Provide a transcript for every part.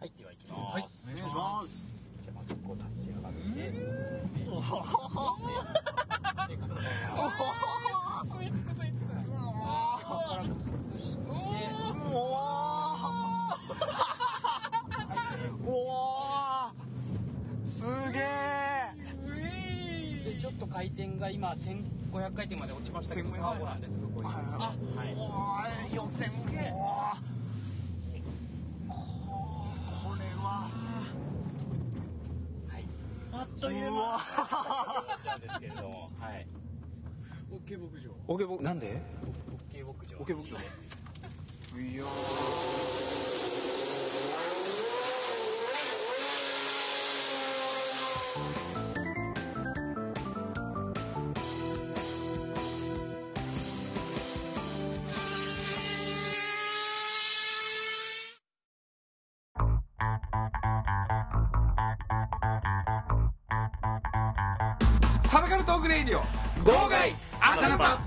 はい、では行きます。お願いしますじゃあまずこう立ち上がって。でかさがあー吸い付く吸い付くうここからくっつくしておーおおおおすげえうでいちょっと回転が今1500回転まで落ちましたけど、 1500ターボなんですけど、これ。ははいい。おー四千すげえこれははい。あっというう間わ なんですけれども、はい。オッケー牧場オケボなんでオッケー牧場。オケボクションいやサバカルトークレイディオ号外朝ナパ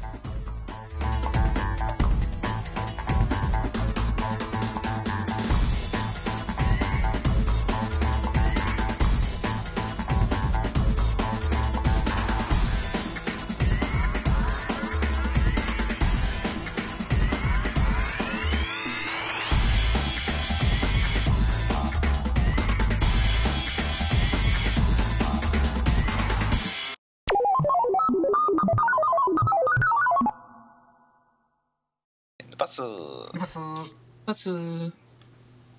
パスパスまず、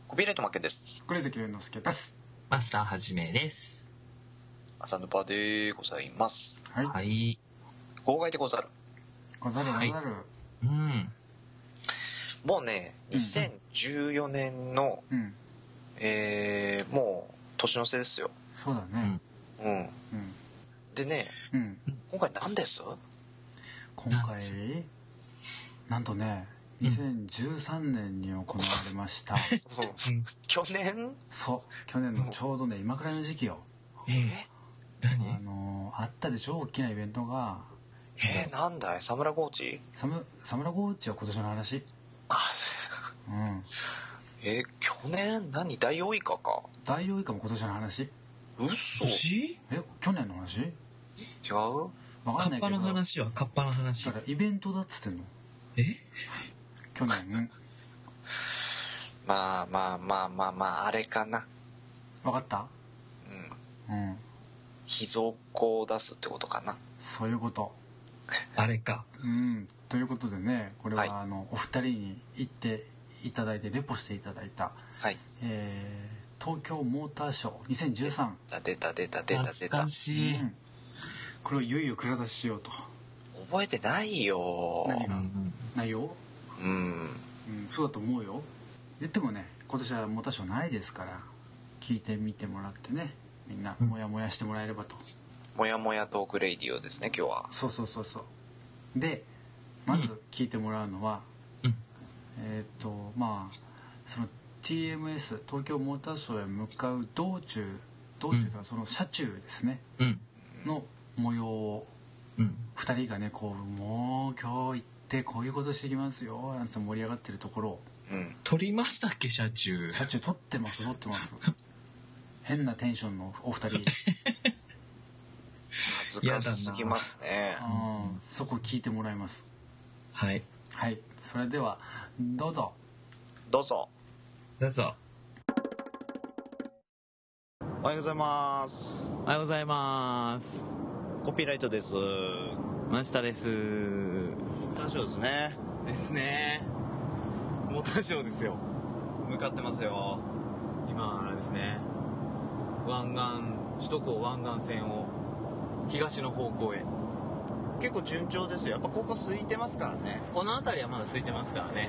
コピーライト負けですクレゼキレンのすけですマスターはじめです。朝のパでございますはいはい。号外でござるござるござはいるうん。もうねうん2014年の、うんえー、もう年の瀬ですよそうだねうんうんでねうん今回何です今回なんとね2013年に行われ ました 去年そう去年のちょうどね今くらいの時期よえあ何のーあったで超大きなイベントがえー、なんだいサムラゴーチサムサムラゴーチは今年の話あうんえー、去年何ダイオウイカかダイオウイカも今年の話うっそ違年え去年の話うわカかんッないけパどの話はカッパの話だ。からイベントだっつってんのえ 去年まあまあまあまあまああれかなわかったうんうん秘蔵庫を出すってことかなそういうことあれか。うんということでねこれはいはあの、お二人に行っていただいてレポしていただいた、はいえー東京モーターショー2013、出た出た出た出懐たかしい。うんこれをいよいよ蔵出ししようと覚えてないよ何うがん内容うんうん、そうだと思うよ言ってもね今年はモーターショーないですから聞いてみてもらってねみんなモヤモヤしてもらえればと、もやもやトークレイディオですね今日はそうそうそうそうでまず聞いてもらうのは、うんえーっ、とまあその TMS 東京モーターショーへ向かう道中道中というかその車中ですね、うん。の模様をうん。 2人がねこう「もう今日行ってこういうことしてきますよ」なんて盛り上がってるところをうん撮りましたっけ、車中。社長撮ってます撮っ てます変なテンションのお二恥人、ずかしすぎますねうん、そこ聞いてもらいますはい。はいそれではどうぞどうぞどうぞ。おはようございますおはようございます。コピーライトですモ真下です。ーターショーですねですね。モーターショーですよ。向かってますよ今あれですね。湾岸、首都高湾岸線を東の方向へ。結構順調ですよやっぱここ空いてますからねこの辺りはまだ空いてますからね。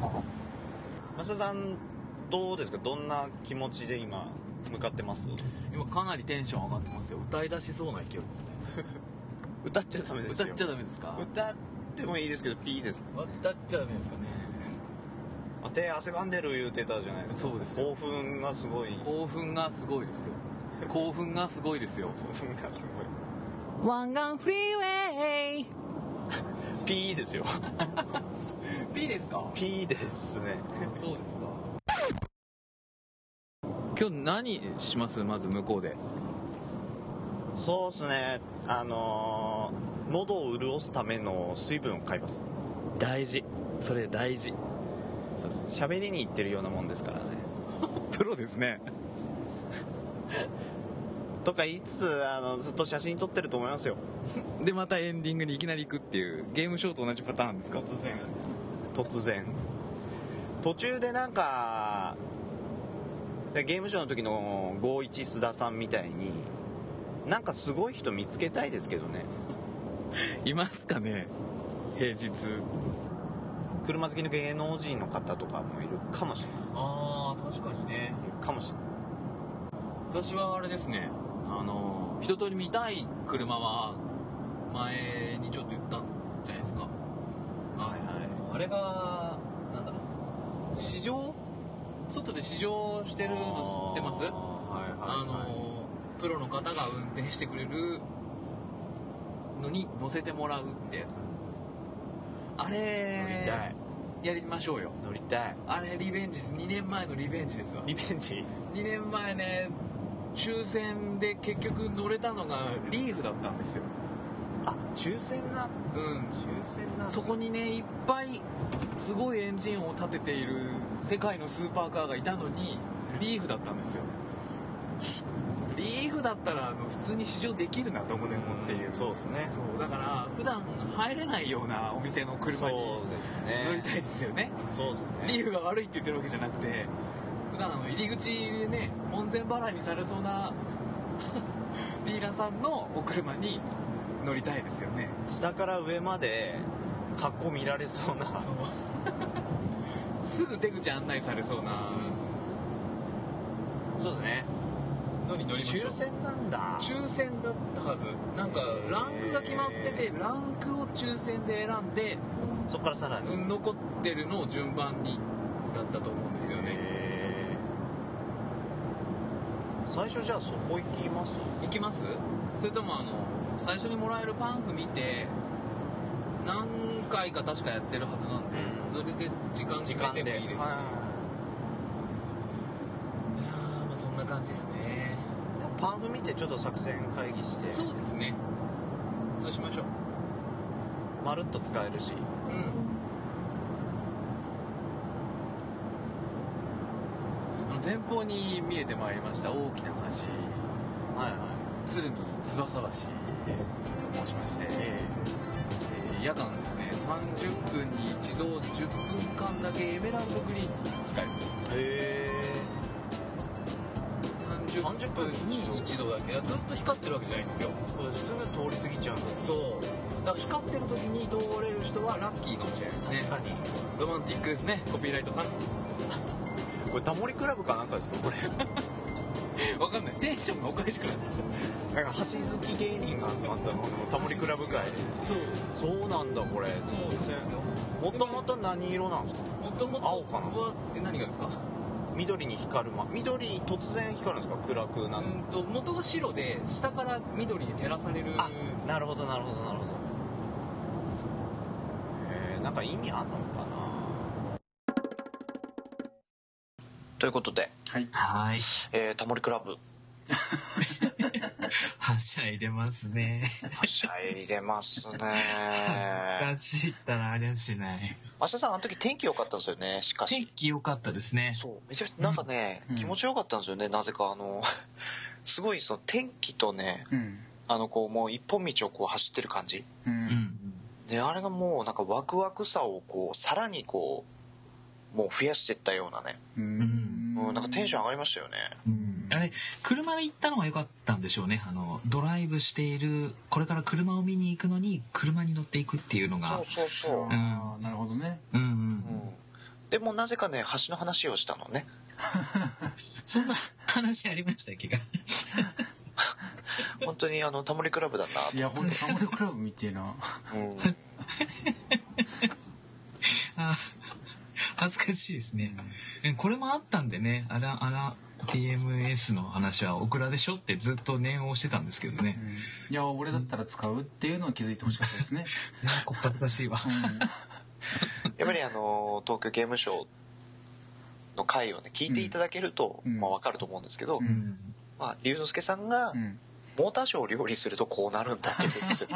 増田さんどうですかどんな気持ちで今向かってます今かなりテンション上がってますよ。歌い出しそうな勢いですね。歌っちゃダメです歌よっちゃダメですか歌ってもいいですけどピーです、歌っちゃダメですかね。あ手汗ばんでる言うてたじゃないですかそうですよ興奮がすごい興奮がすごいですよ。興奮がすごいですよ。興奮がすご湾岸フリーウェイ いピーですよ P ですかピーですねそうですか。今日何しますまず向こうでそうですねあのー喉を潤すための水分を買います大事それ大事そうですね喋りに行ってるようなもんですからね プロですねとか言いつつあのずっと写真撮ってると思いますよでまたエンディングにいきなり行くっていうゲームショーと同じパターンですか突然突然途中でなんかでゲームショーの時の51須田さんみたいになんかすごい人見つけたいですけどねいますかね平日車好きの芸能人の方とかもいるかもしれないですああ確かにねいるかもしれない私はあれですねあの一通り見たい車は前にちょっと言ったんじゃないですかはいはいあれがなんだ試乗外で試乗してるの知ってますあーはいあはいはいのプロの方が運転してくれるのに乗せてもらうってやつあれ乗りたいやりましょうよ乗りたいあれリベンジです2年前のリベンジですわリベンジ2年前ね抽選で結局乗れたのがリーフだったんですよあ抽選なうん抽選なそこにねいっぱいすごいエンジンを立てている世界のスーパーカーがいたのにリーフだったんですよリーフだったらあの普通に試乗できるなどこでもっていうそうですねそうだから普段入れないようなお店の車にそうですね乗りたいですよねそうですねリーフが悪いって言ってるわけじゃなくて普段あの入り口でね門前払いにされそうなディーラーさんのお車に乗りたいですよね下から上まで格好見られそう なそうすぐ出口案内されそうなそうですねのに乗りましょう抽選なんだ抽選だったはずなんかランクが決まっててランクを抽選で選んでそっからさらにうん残ってるのを順番にだったと思うんですよねえー最初じゃあそこ行きます行きますそれともあの最初にもらえるパンフ見て何回か確かやってるはずなんで、それで時間時決間めでてもいいですし、い、やーまあそんな感じですねはいパンフ見てちょっと作戦会議してそうですねそうしましょうまるっと使えるしうんあの前方に見えてまいりました大きな橋はいは鶴見翼橋と申しまして、いええー夜間ですね30分に一度10分間だけエメラルドグリーンに光るー、え30分に一度だけいやずっと光ってるわけじゃないんですよー、これすぐ通り過ぎちゃうそうだから光ってる時に通れる人はラッキーかもしれないですね確かに、ロマンティックですねコピーライトさんこれタモリクラブかなんかですかこれわかんないテンションがおかしくなってきなんか橋好き芸人が集まったのタモリクラブ会でたそうそうなんだこれそうなんですよもともと何色なんですかもともと青かなはえ何がですか緑に光るま緑突然光るんですか暗くなうる、んと元が白で下から緑に照らされるあなるほどなるほどなるほどえー、なんか意味あんのかなということで、はいはい。えー、タモリクラブはしゃいでますね。はしゃいでます ね恥ずかしいったらありゃしない。明日さんあの時天気良かったんですよねしか天し気良かったですね。そうめちゃくちゃなんかね、うん気持ちよかったんですよねなぜかあの すごいその天気とねうんあのこうもう一本道をこう走ってる感じううんん。であれがもうなんかワクワクさをこうさらにこうもう増やしていったようなね、ううんうん、なんかテンション上がりましたよねうんあれ、車で行ったのが良かったんでしょうね。あの、ドライブしている、これから車を見に行くのに、車に乗っていくっていうのそがう。そうそう、んあーなるほどねうんうん。でもなぜかね橋の話をしたのねそんな話ありましたっけか本当にあのタモリクラブだいや本当タモリクラブみてえなな、うん、あ恥ずかしいですね。うんこれもあったんでね、あら、あら、TMS の話はオクラでしょってずっと念を押してたんですけどねう。んいや俺だったら使うっていうのは気づいてほしかったですねなんか恥ずかしいわ。うんやっぱりあの東京ゲームショウの回をね聞いていただけると、うんまあ、分かると思うんですけど、うんまあ、龍之介さんがうんモーターショーを料理するとこうなるんだっていうことですよ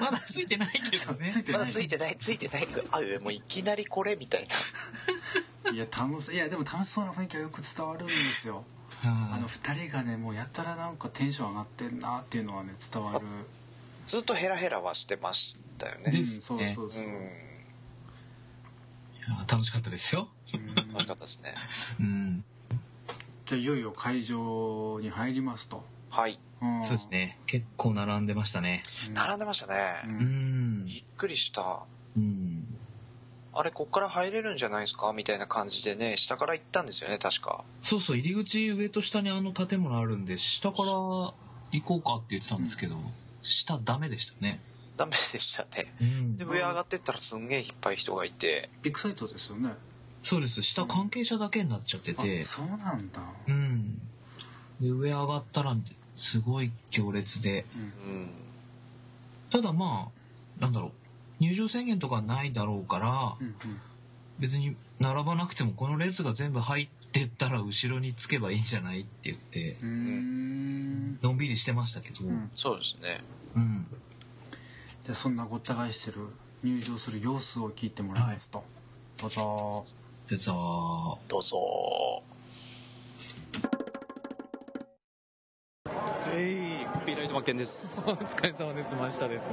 まだついてないけどねついてまなだいついてないついてないけどあもういきなりこれみたいないや楽しいやでも楽しそうな雰囲気がよく伝わるんですよあのあ2人がねもうやたらなんかテンション上がってんなっていうのはね伝わる、ずっとヘラヘラはしてましたようねん、すねそうそううそう、んー楽しかったですようん楽しかったですねうんじゃあいよいよ会場に入りますと、はいうんそうですね結構並んでましたねうん並んでましたうね、うんんびっくりしたうんあれこっから入れるんじゃないですかみたいな感じでね下から行ったんですよね確かそうそう入り口上と下にあの建物あるんで下から行こうかって言ってたんですけど、下ダメでしたねダメでしたねうんで上上がってったらすんげえいっぱい人がいてビッグサイトですよねそうです下関係者だけになっちゃってあてそうなんだ、うんで上上がったらすごい行列でうんただまあなんだろう入場制限とかないだろうから、うんうん、別に並ばなくてもこの列が全部入ってったら後ろにつけばいいんじゃないって言ってうーんのんびりしてましたけど、んそうですねうんじゃあそんなごった返してる入場する様子を聞いてもらいますと、どうぞでさあどうぞぜいコピーライトマッケンですお疲れ様です。真下です。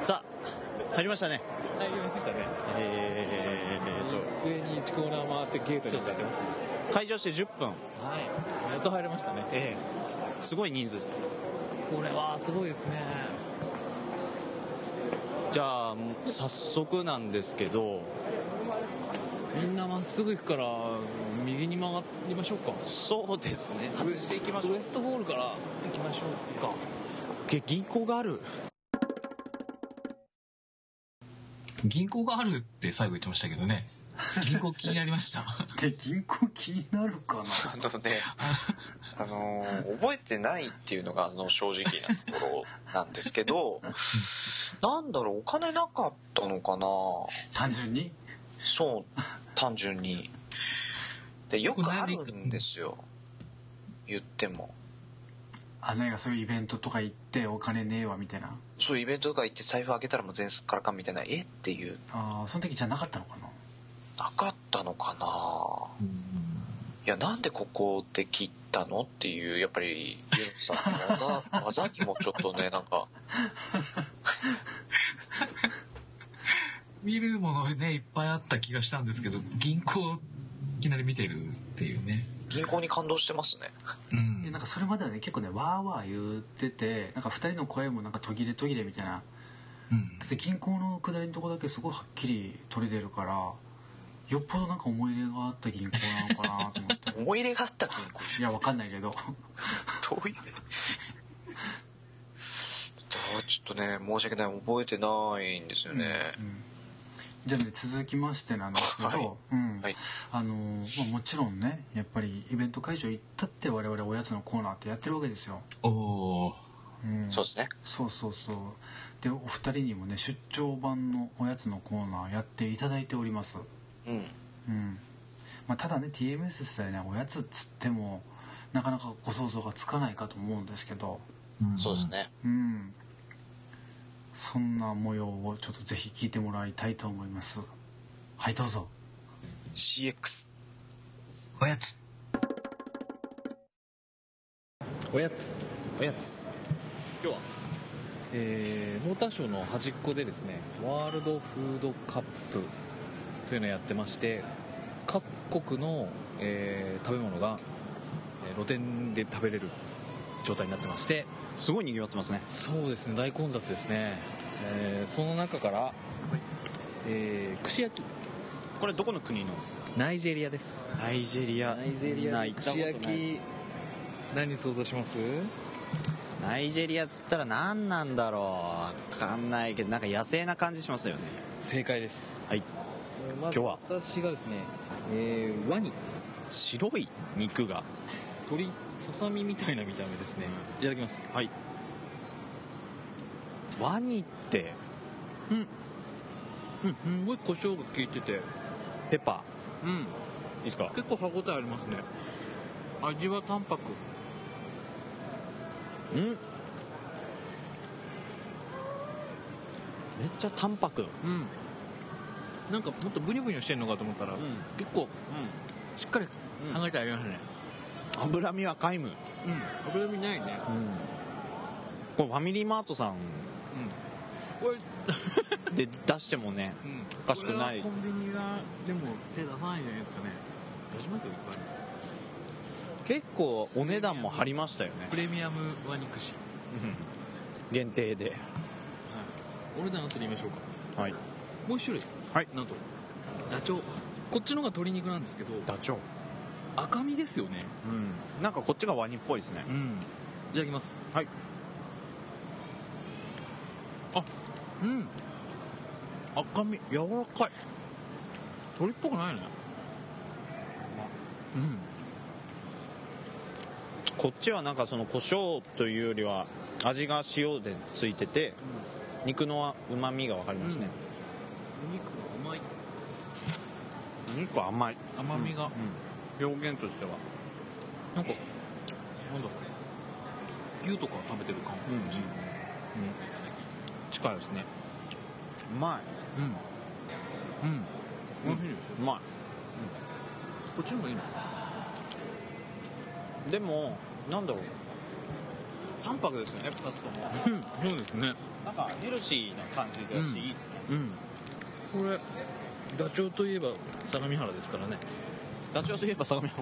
さあ入りましたね入りましたね。えーっと一斉に1コーナー回ってゲートに向かってますね。開場して10分はい。やっと入れましたね。ええすごい人数ですこれはすごいですね。じゃあ早速なんですけどみんなまっすぐ行くから右に曲がりましょうか。そうですね外していきましょウうエストホールから行きましょうか。け銀行がある銀行があるって最後言ってましたけどね銀行気になりましたで銀行気になるかなあのね あのー覚えてないっていうのがあの正直なところなんですけ どなんだろうお金なかったのかな単純にそう単純にでよくあるんですよ言ってもあなんかそういうイベントとか行ってお金ねえわみたいなそうイベントとか行って財布開けたらもう全すっからかんみたいなえっていうあーその時じゃなかったのかななかったのかなうんいやなんでここで切ったのっていうやっぱりユースさんの技技にもちょっとねなんか見るものねいっぱいあった気がしたんですけど銀行いきなり見てるっていうね銀行に感動してますねういやんなんかそれまではね結構ねわーわー言っててなんか2人の声もなんか途切れ途切れみたいなうんだって銀行の下りのとこだけすごいはっきり取れてるからよっぽどなんか思い入れがあった銀行なのかなと思って 思い入れがあった銀行いやわかんないけどどういうだちょっとね申し訳ない覚えてないんですよね、じゃあね続きましてなんですけど、はいうんはいあのーまあ、もちろんねやっぱりイベント会場行ったって我々おやつのコーナーってやってるわけですよ、おーうん、そうですねそうそうそうでお二人にもね出張版のおやつのコーナーやっていただいておりますうんうんまあ、ただね TMS 自体ねおやつっつってもなかなかご想像がつかないかと思うんですけどうんそうですねうんそんな模様をちょっとぜひ聞いてもらいたいと思いますはいどうぞ CX おやつおやつ。おやつ今日はえーモーターショーの端っこでですねワールドフードカップというのをやってまして各国の、えー食べ物が、えー露店で食べれる状態になってましてすごい賑わってますねそうですね大混雑ですね、えーその中から、えー串焼きこれどこの国のナイジェリアですナイジェリアナイジェみんリなア行のったこ串とない焼き何想像しますナイジェリアっつったら何なんだろうわかんないけどなんか野生な感じしますよね正解です、はいえーまず今日は私がですね、えーワニ白い肉が鳥ささみみたいな見た目ですねいただきますはいワニってうんすごい胡椒が効いててペッパうんいですか結構歯応えありますね味は淡白うんめっちゃ淡白うんなんかもっとブニブニしてんのかと思ったら、結構しっかり歯がたありますね脂身は皆無うん脂身ないねこれファミリーマートさんこれで出してもねうんおかしくないこれはコンビニがでも手出さないんじゃないですかね出しますいっぱい結構お値段も張りましたよねプレミアムワニクシ限定でお値段後で言いましょうかはいもう一種類はいなんとダチョウこっちの方が鶏肉なんですけどダチョウ赤身ですよねうんなんかこっちがワニっぽいですねうんいただきますはいあうん赤身柔らかい鳥っぽくないねうんこっちはなんかその胡椒というよりは味が塩でついてて肉のうまみが分かりますね、お肉が甘い肉は甘い甘みが、表現としてはなんかなんだ牛とか食べてる感じ、うんうん近いですねうまうんうん美味しいですよいうまこっちの方がいいのいでもなんだろう淡白ですよね2つともうんそうですねなんかヘルシーな感じだし、うんいいですねうんこれダチョウといえば相模原ですからねダチョウといえば相模原、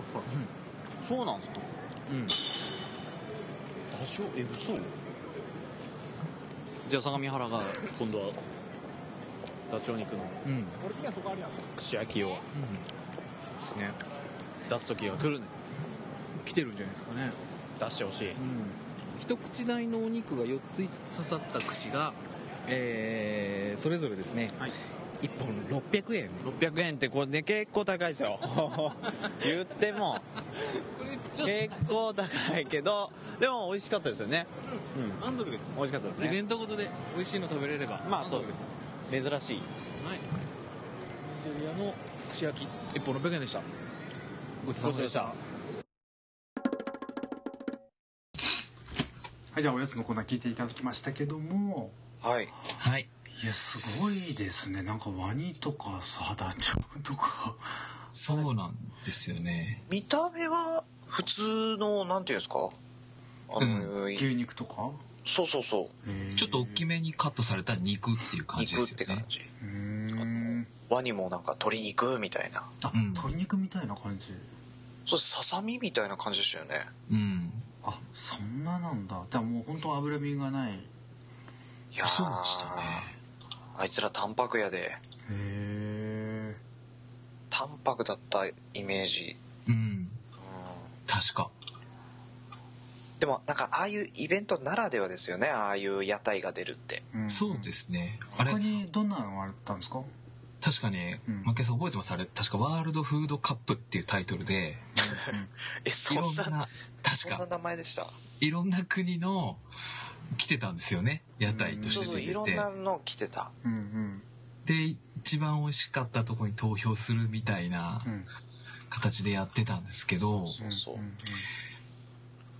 そうなんですかうんダチョウえ嘘じゃあ相模原が今度はダチョウ肉のうん串焼きをそうですね出す時が来るね来てるんじゃないですかね出してほしい一口大のお肉が4つ5つ刺さった串が、えーそれぞれですね、1本600円600円ってこれね結構高いですよ 言っても結構高いけどでも美味しかったですよねうん満足です美味しかったですイベねントごとで美味しいの食べれればまあそうです珍しいはいイタリアの串焼き1本600円でしたごちそうさまでしたはいじゃあおやつのコーナー聞いていただきましたけどもはい。はい。いやすごいですねなんかワニとかさダチョウと かそうなんですよね。見た目は普通の、なんていうんですかあの、い牛肉とかそうそうそちょっと大きめにカットされた肉っていうう。感じで肉っすてよ感ね。じ。うーんワニもなんか鶏肉みたいな。あ、うん鶏肉みたいな感じそう、ささみみたいな感じでしたよね。うん。あそんななんだでももう本当脂身がないへいやそうでしたねー、あいつら淡白やで。え淡白だったイメージ。うん。確か。でもなんかああいうイベントならではですよね。ああいう屋台が出るって。そうですね。あれ他、にどんなのあったんですか確かねうん、マケンさん覚えてますあれ、確かワールドフードカップっていうタイトルで、え、いそろんんな、な、確そんなか、名前でした。いろんな国の、来てたんですよね。屋台としそうてそう、出いてろんて。なの来てた。うんうんで、一番美味しかったとこに投票するみたいなうん形でやってたんですけど、そうそう。んん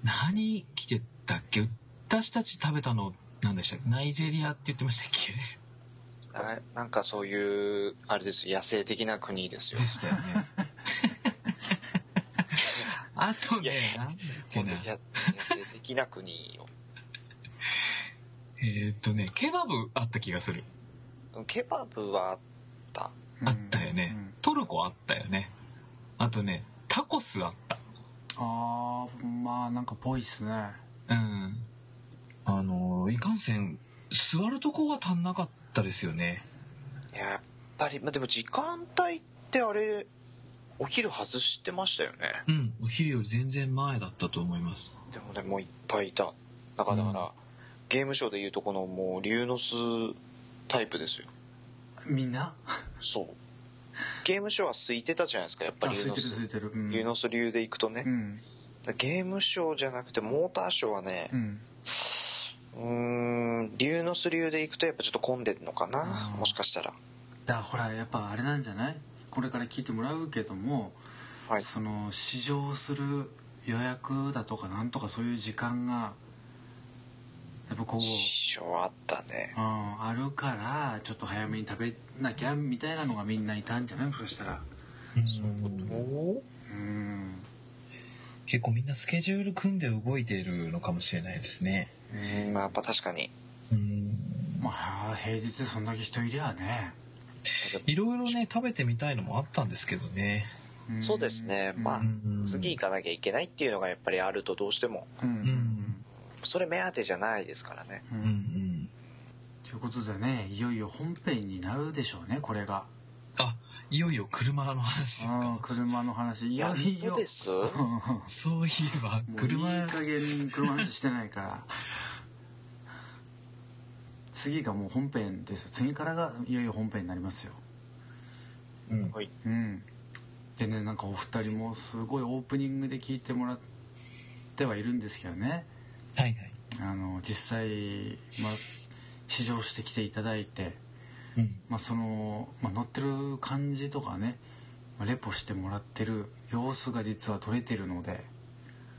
何着てたっけ私たち食べたの何でしたっけナイジェリアって言ってましたっけななんかそういう、あれですよ、野生的な国ですよで。 したよねあとね何だっけ本な当にや野生的な国よ。えーっとねケバブあった気がするケバブはあった。うんあったよね、うんトルコあったよねあとねタコスあったあーまあなんかぽいっすねうんあのーいかんせん座るとこが足んなかったですよねやっぱり、まあ、でも時間帯ってあれ、お昼外してましたよね。うんお昼より全然前だったと思いますでもね、もういっぱいいた。なんかだから、うんゲームショーでいうとこのもう、龍之巣タイプですよ。みんなそう。ゲームショーは空いてたじゃないですか、やっぱあり龍空いて之る空い巣。てるうん龍之巣流で行くとねう。んだからゲームショーじゃなくて、モーターショーはねう、んうーん、龍之巣流で行くとやっぱちょっと混んでるのかなあー、もしかしたら。だからほらやっぱあれなんじゃないこれから聞いてもらうけども、はいその試乗する予約だとかなんとかそういう時間がやっぱこう、一緒あったねうん、あるからちょっと早めに食べなきゃみたいなのがみんないたんじゃないそしたらうん結構みんなスケジュール組んで動いているのかもしれないですね。うんまあやっぱ確かにうんまあ平日でそんだけ人いりゃね、いろいろね、食べてみたいのもあったんですけどね。んそうですねまあうん次行かなきゃいけないっていうのがやっぱりあるとどうしてもうんんそれ目当てじゃないですからねうんうんうん。ということでねいよいよ本編になるでしょうねこれがあ、いよいよ車の話ですうんか。車の話いよい本よ当ですそういえば、車いい車、加減車の話してないから 次がもう本編ですよ次からがいよいよ本編になりますようんはいうんでねなんかお二人もすごいオープニングで聞いてもらってはいるんですけどねはいはい。あの実際、まあ、試乗してきていただいて、うん。まあそのまあ、乗ってる感じとかね、まあレポしてもらってる様子が実は撮れてるので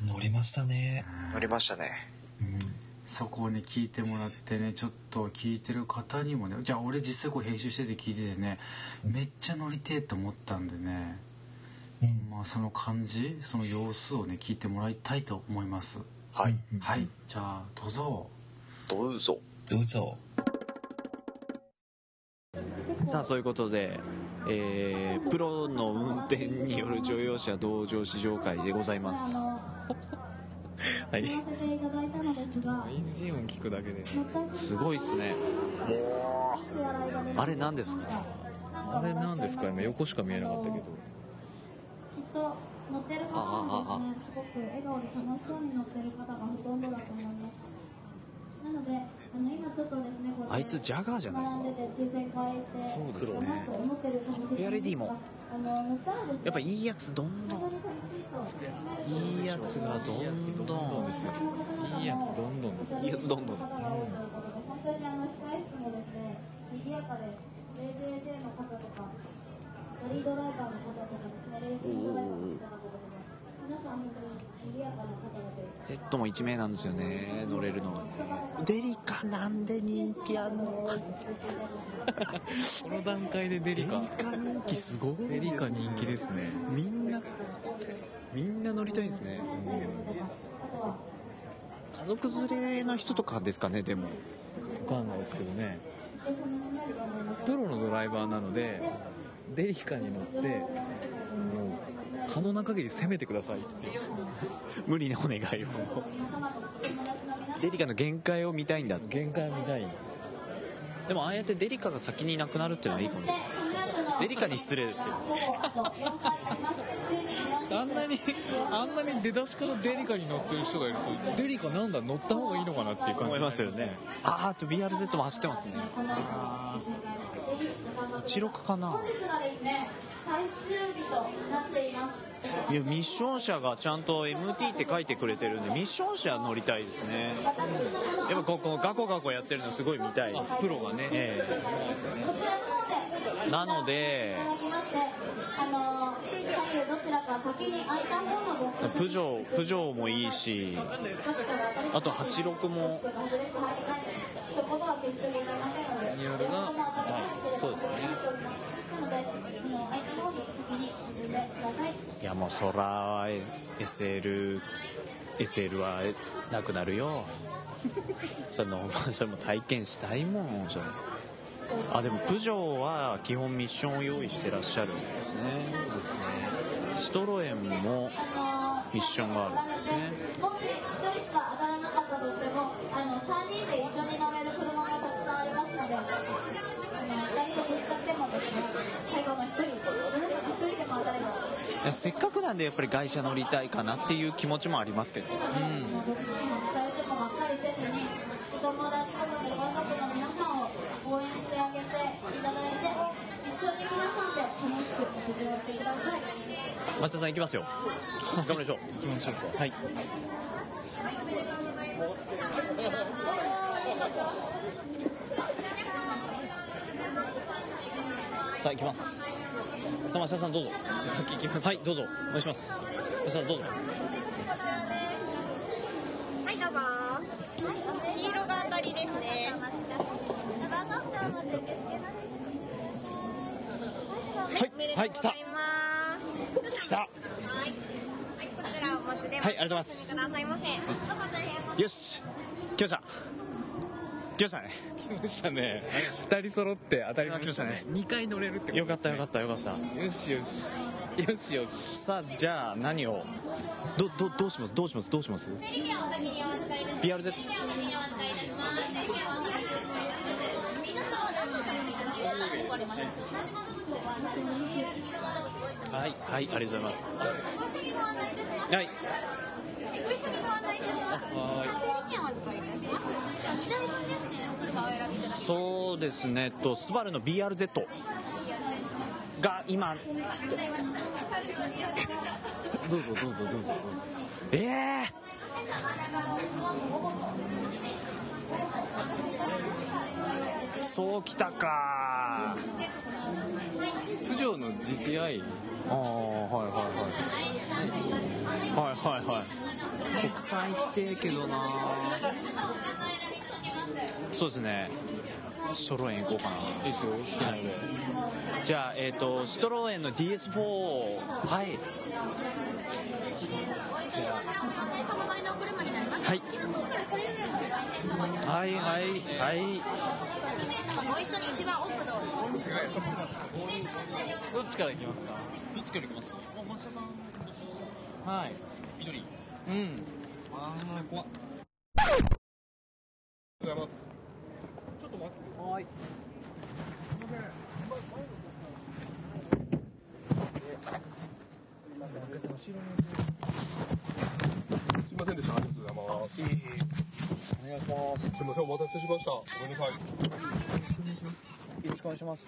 乗りましたね。乗りましたねうん。そこをね聞いてもらってねちょっと聞いてる方にもねじゃあ俺実際こう編集してて聞いててねめっちゃ乗りてえと思ったんでね、うんまあ、その感じその様子をね聞いてもらいたいと思いますはいはいじゃあどうぞどうぞどうぞ。さあそういうことで、えープロの運転による乗用車同乗試乗会でござ いますはいエンジン音聞くだけですごいっすねあれ何ですかあれなんですか今横しか見えなかったけどきっと乗ってる方はですね、すごく笑顔で楽しそうに乗ってる方がほとんどだと思います。なので、あの今ちょっとですね、こうあいつジャガーじゃないですか並んでて抽選会って、そうですねなと思ってるかもしれないですがフェアレディもあの乗ったらですね、やっぱいいやつどんどん本当に楽しいと思いますいいやつがどんどんいいやつどんどんですいいやつどんどんです方が多いということで、本当にあの控室もですね、賑やかで、AJJ の方とか、ラリードライバーの方とかですね、レーシングドライバーの方とかでも、皆さん本当に賑やかな方々で。 Z も1名なんですよね乗れるのはねデリカなんで人気あんのこの段階でデリカデリカ人気すごいデリカ人気ですねみんなみんな乗りたいんですね家族連れの人とかですかねでもわかんないですけどねプロのドライバーなのでデリカに乗ってもう可能な限り攻めてくださいっていう無理なお願いをデリカの限界を見たいんだ限界みたいでもああやってデリカが先にいなくなるっていうのはいいかもねデリカに失礼ですけどあんなにあんなに出だしからデリカに乗ってる人がいるとデリカなんだ乗った方がいいのかなっていう感じ思いになりますよねあーあと BRZ も走ってますね16かな最終日となっています。いやミッション車がちゃんと MT って書いてくれてるんでミッション車乗りたいですねやっぱここガコガコやってるのすごい見たいプロがねえこちらの方でえなのでいただきまして、あの左右どちらか先に空いた方のボックスプにジョープジョーもいいしどっちかが当たりあと86もそういうことは決してございませんので、両方とも当たり前になっていることになっております。なので、もう相手の方に先に進んでください。いやもうそら SLSL はなくなる よそのそれも体験したいもんそれあでもプジョーは基本ミッションを用意してらっしゃるんですねシトロエンもあのミッションがあるんですねもし1人しか当たらなかったとしてもあの3人で一緒に乗れる車がたくさんありますのであの誰とぶつかってもですね最後の1人1人でも当たればいやせっかくなんでやっぱり外車乗りたいかなっていう気持ちもありますけどなので、もうご自身を伝えてもがっかりせずにお友達とかご家族の皆さんを応援してあげていただいて一緒に皆さんで楽しく試乗してください松田さん行きますよ頑張りましょう行きましょうはいさあ行きます玉下さんどうぞ先行きますはいどうぞお願いします下さんどうぞはい、どうぞ。黄色が当たりですね。はい、おめでとうございます。来たはい、はい、こちらお持ちで。はいありがとうございますお進みくださいませ。よし来ました来ましたね来ましたね2人揃って当たりましたね来2回乗れるってことよかったよかったよかったよしよしよしよしさあじゃあ何をどどどうしますどうしますどうします ?PRZ はいはいありがとうございますはいご一緒にご案内いたします。整理券をお預かりいたします。じゃあ、荷台にですね、お車をお選びいただきます。そうですねえっとスバルの BRZ が今どうぞどうぞどうぞええそうきたかプジョーの GTI ああはいはいはいはいはいはい国産行きてえけどなそうですねショロ園行こうかいいですよ好きなんで、なじゃあえっ、とシトロ園の DS4 はい様乗りのお車になります。はい好きな方からそれぞれのご案内の方にはいはいはい2名様ご一緒に一番奥のどっちから行きますかどっちから行きますあ松下さんはい緑うんああ怖っすいませんでしたありがとうございますお願いしますすいませんお待たせしましたごめんなさいよろしくお願いします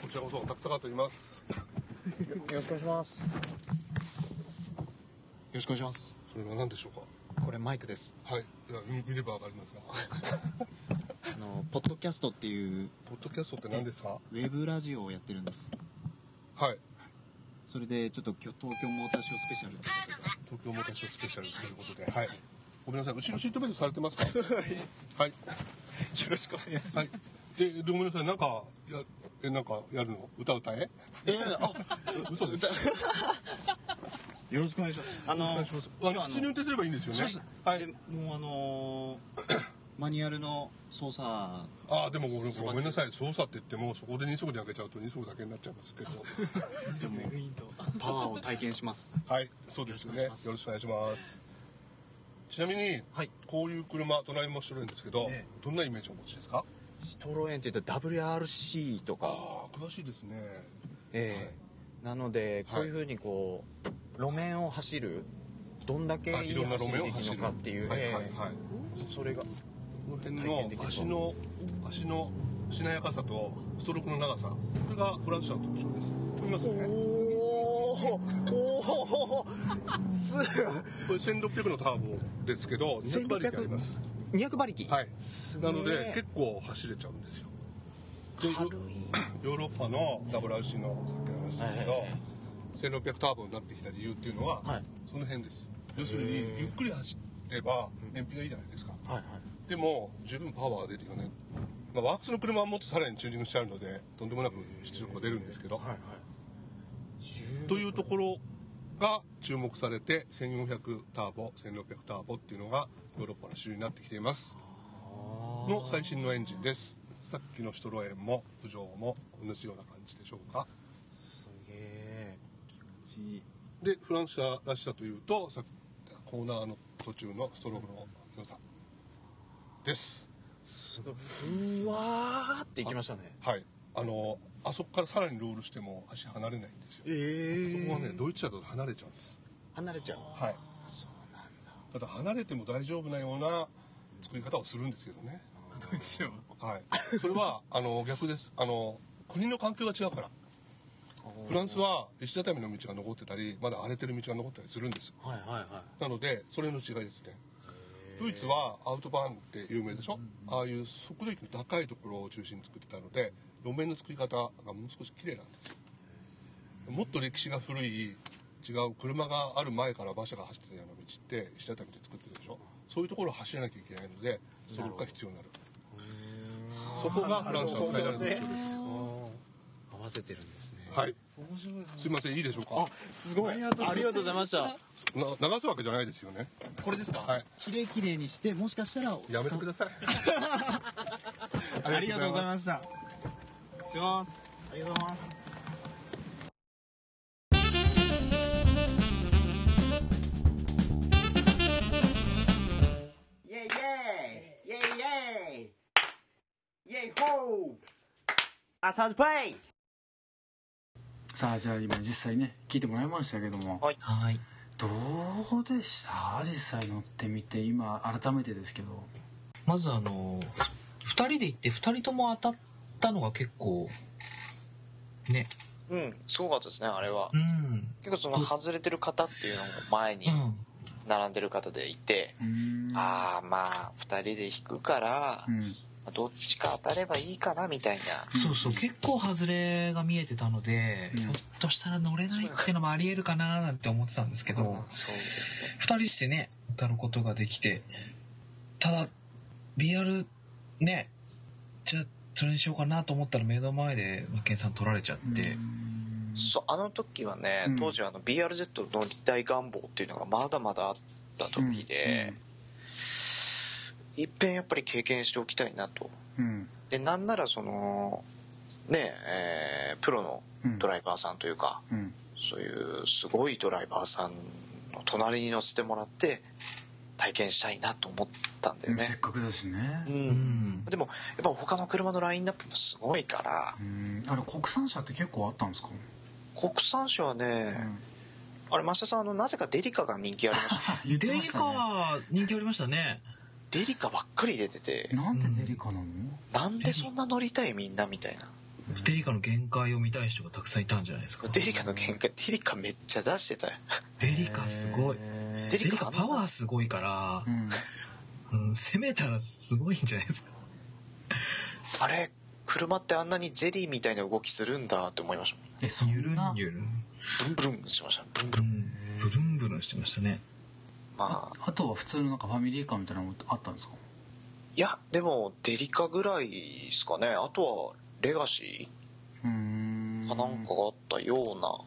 こちらこそたくさんあといますよろしくお願いします。よろしくお願いします。それは何でしょうこれマイクです。かはいいや見見ればわかりますがあのポッドキャストっていうポッドキャストって何ですかウェブラジオをやってるんです。はいそれでちょっと今日東京モーターショースペシャル。東京モーターショースペシャルということではいごめんなさい後ろシートベルトされてますかはいよろしくお願いしはいえごめんなさいなんかやえなんかやるの歌歌ええーあ、 嘘ですよろしくお願いします。あお願のいしますあの普通に運転すればいいんですよねそうです。はいでもうあの ーマニュアルの操作ああでもごめんごめんなさい操作って言ってもそこで2足で開けちゃうと2足だけになっちゃいますけどパワーを体験します。はいそうですよねよよろろししくお願いしますちなみに、はいこういう車隣もしてるんですけど、どんなイメージをお持ちですかシトロエンって言ったら WRC とか。ああ詳しいですねええなのでこういうふうにこう、路面を走るどんだけあいいいろんな路走り面でをき走るるのかっていう、はいはいはいえ、えそれがこの辺体験できのると足の足のしなやかさとストロークの長さこれがフランス車の特徴です見ますねおーおーすこれ1600のターボですけど200馬力あります200馬力、はいすげなえので結構走れちゃうんですよで軽いヨーロッパの WRC のさっきの話ですけど、1600ターボになってきた理由っていうのは、はいその辺です要するにゆっくり走れば燃費がいいじゃないですか、はいはいでも十分パワーが出るよね、まあ、ワークスの車はもっとさらにチューニングしてあるのでとんでもなく出力が出るんですけど、はいはいというところが注目されて1400ターボ1600ターボっていうのがヨーロッパの主流になってきていますの最新のエンジンですさっきのシトロエンもプジョーも同じような感じでしょうかすげえでフランス車らしさというとさっき言ったコーナーの途中のストロークの良さですすごいうわーっていきましたねはいあのあそこからさらにロールしても足離れないんですよえそえこはねドイツ車だと離れちゃうんです離れちゃうはいそうなんだただ離れても大丈夫なような作り方をするんですけどねどっちもはい、それはあの逆ですあの国の環境が違うからフランスは石畳の道が残ってたりまだ荒れてる道が残ったりするんですはいはいはなのでそれの違いですねドイツはアウトバーンって有名でしょ、ああいう速度域の高いところを中心に作ってたので路面の作り方がもう少し綺麗なんですよもっと歴史が古い違う車がある前から馬車が走ってたような道って石畳で作ってるでしょそういうところを走らなきゃいけないのでそこが必要になるそこがフランスの最大の特徴です合わせてるんですね。はいすいませんいいでしょうかすごいありがとうございましたな流すわけじゃないですよねこれですか。はいきれいきれいにしてもしかしたらやめてく ださいありがとうございすましたしますありがとうございますイェイイェイイェイイェイイェイホーアサンズプレイさあじゃあ今実際ね聞いてもらいましたけどもはい。どうでした実際乗ってみて今改めてですけどまずあの、ふ二人で行って、二人とも当たったのが結構、ね。うん、すごかったですね、あれはう。ん。結構その外れてる方っていうのも前にうん。並んでる方でいて、うーんああ、まあ、二人で引くからう、んどっちか当たればいいかな、みたいな。そうそう、結構外れが見えてたので、うんひょっとしたら乗れないっていうのもあり得るかななんて思ってたんですけど、そうですね。二人してね、当たることができて、ただ、BR、ね、じゃあ、それにしようかなと思ったら目の前で、マッケンさん取られちゃって、そう、あの時はねうん、当時はあの BRZ の乗りたい願望っていうのがまだまだあった時で、いっぺんやっぱり経験しておきたいなと。うんで、なんならその、ねえ、えープロのうんドライバーさんというか、うんそういうすごいドライバーさんの隣に乗せてもらって体験したいなと思ったんだよせっね、かくだしねう、うんん。でもやっぱ他の車のラインナップもすごいからうんあれ国産車って結構あったんですか国産車はね、あれ増田さんあのなぜかデリカが人気ありました 言ってデまリしたカねは人気ありましたね。デリカばっかり出ててなんでデリカなのなんでそんな乗りたいみんなみたいなデリカの限界を見たい人がたくさんいたんじゃないですか。デリカの限界デリカめっちゃ出して たよデリカすごい。へデデリリカカパワーすごいからーう、んうん、攻めたらすごいんじゃないですか。あれ車ってあんなにゼリーみたいな動きするんだって思いましえそんなゆるん。たブンブルンしましたブンブうルンんブルンブルンしてましたね。まああとは普通のなんかファミリーカーみたいなのもあったんですかいやでもデリカぐらいですかねあとはレガシうーんーかなんかがあったような、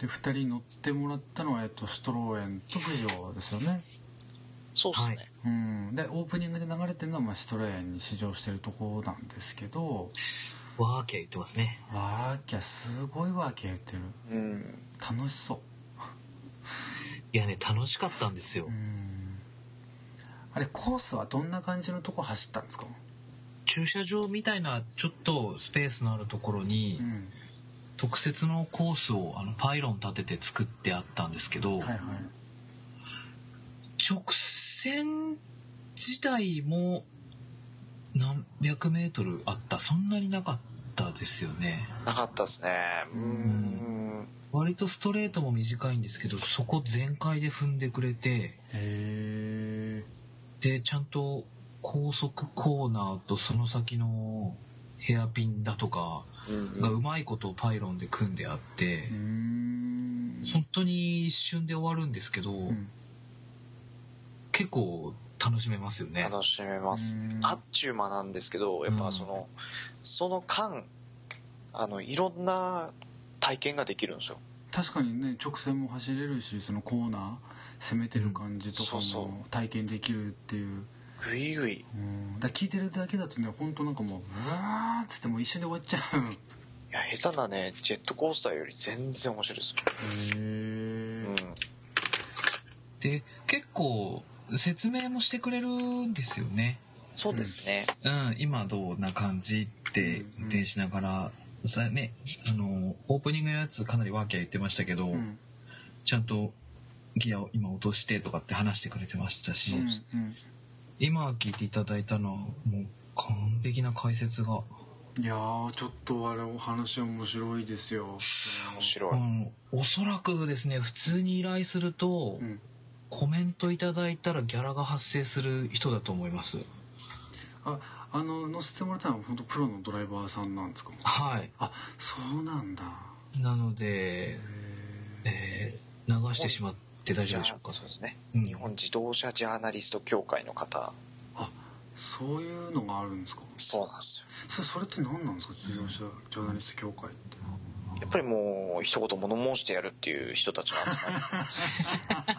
で2人乗ってもらったのは、えっと、シュトローエンと九条ですよねそうですね、はいうんでオープニングで流れてるのは、まあ、シュトローエンに試乗してるとこなんですけどワーキャー言ってますね。わーきゃすごいわーきゃ言ってるうん楽しそいやね、楽しかったんですようう。んあれコースはどんな感じのとこ走ったんですか駐車場みたいなちょっとスペースのあるところにうん特設のコースをあのパイロン立てて作ってあったんですけど、はいはい直線自体も何百メートルあったそんなになかったですよねなかったですねうーん割とストレートも短いんですけどそこ全開で踏んでくれてへえでちゃんと高速コーナーとその先のヘアピンだとかがうまいことパイロンで組んであって、うーん本当に一瞬で終わるんですけど、ん結構楽しめますよね。楽しめますうんあっちゅう間なんですけどやっぱその、その間あのいろんな体験ができるんですよ確かにね直線も走れるしそのコーナー攻めてる感じとかうんそうそも体験できるっていうぐいぐいうんだから聞いてるだけだとね本当なんかもううわーっつってもう一瞬で終わっちゃういや下手なねジェットコースターより全然面白いですへうんで結構説明もしてくれるんですよね。そうですね、うん、今どんな感じって運転しながら、さね、あのオープニングのやつかなりワーキャー言ってましたけど、うんちゃんとギアを今落としてとかって話してくれてましたし、うん今聞いていただいたのはもう完璧な解説がうんいやーちょっとあれお話面白いですよ面白い、あのおそらくですね普通に依頼すると、うんコメントいただいたらギャラが発生する人だと思いますああの乗せてもらったのは本当プロのドライバーさんなんですかはいあそうなんだなので、えー流してしまって大丈夫でしょうかそうですね、うん日本自動車ジャーナリスト協会の方そういうのがあるんですかそうなんですそれそれって何なんですか自動車ジャーナリスト協会ってよやっぱりもう一言物申してやるっていう人たちの集まり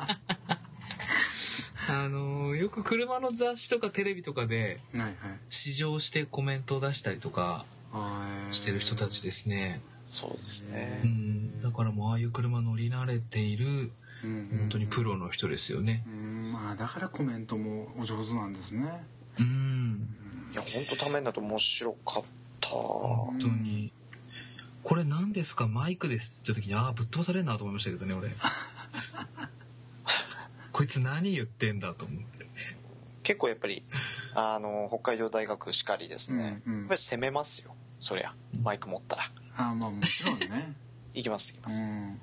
あのーよく車の雑誌とかテレビとかではいはい試乗してコメントを出したりとかあーしてる人たちですね、そうですねうんだからもうああいう車乗り慣れているうんうん本当にプロの人ですよねうんまあだからコメントもお上手なんですねうんいや本当ためになと面白かった本当にこれ何ですかマイクですって言った時にああぶっ飛ばされるなと思いましたけどね 俺こいつ何言ってんだと思って結構やっぱりあの北海道大学しかりですね、うんうんやっぱり攻めますよそりゃマイク持ったらああまあもちろんねいきますいきまうす、ん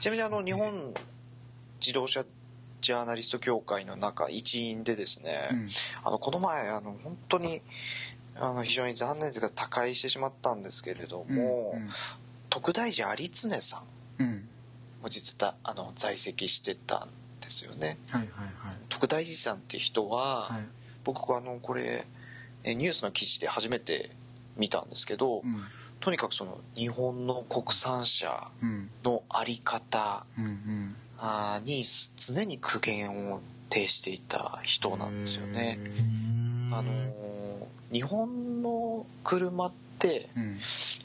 ちなみにあの日本自動車ジャーナリスト協会の中一員でですね、うんあのこの前あの本当にあの非常に残念ですが他界してしまったんですけれども、うん特大寺有常さんうんも実はあの在籍してたんですよねはいはいはい特大寺さんって人は、はい僕あのこれえニュースの記事で初めて見たんですけど、うんとにかくその日本の国産車うんのあり方うんうんあーに常に苦言を呈していた人なんですよね。あのー日本の車ってうん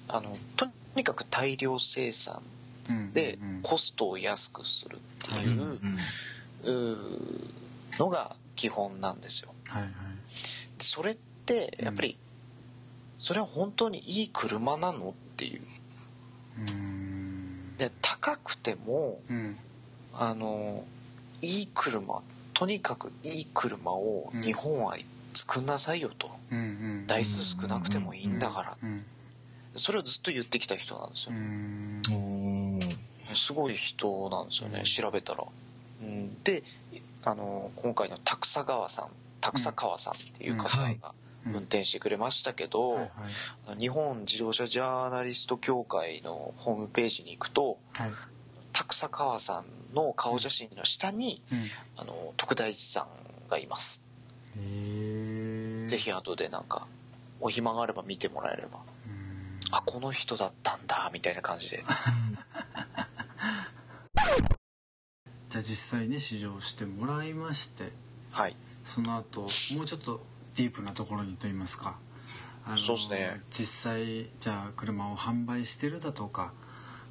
あのとにかく大量生産うんでうんコストを安くするっていううんうーのが基本なんですよ。はいはいそれってやっぱりそれは本当にいい車なのっていう。うんで高くてもうんあのいい車とにかくいい車をうん日本は作んなさいよと、うんうん台数少なくてもいいんだから、うんそれをずっと言ってきた人なんですうよ、んおーすごい人なんですよね調べたら、うん、であの今回のタクサ川さんタクサ川さんっていう方うんはがいうん運転してくれましたけど、はいはい日本自動車ジャーナリスト協会のホームページに行くとはいタクサ川さんの顔写真の下に、うんあの徳大寺さんがいます、へえぜひ後でなんかお暇があれば見てもらえればうんあこの人だったんだみたいな感じ でじゃあ実際ね試乗してもらいましてはいその後もうちょっとディープなところにと言いますかあのそうっすね実際じゃあ車を販売してるだとか、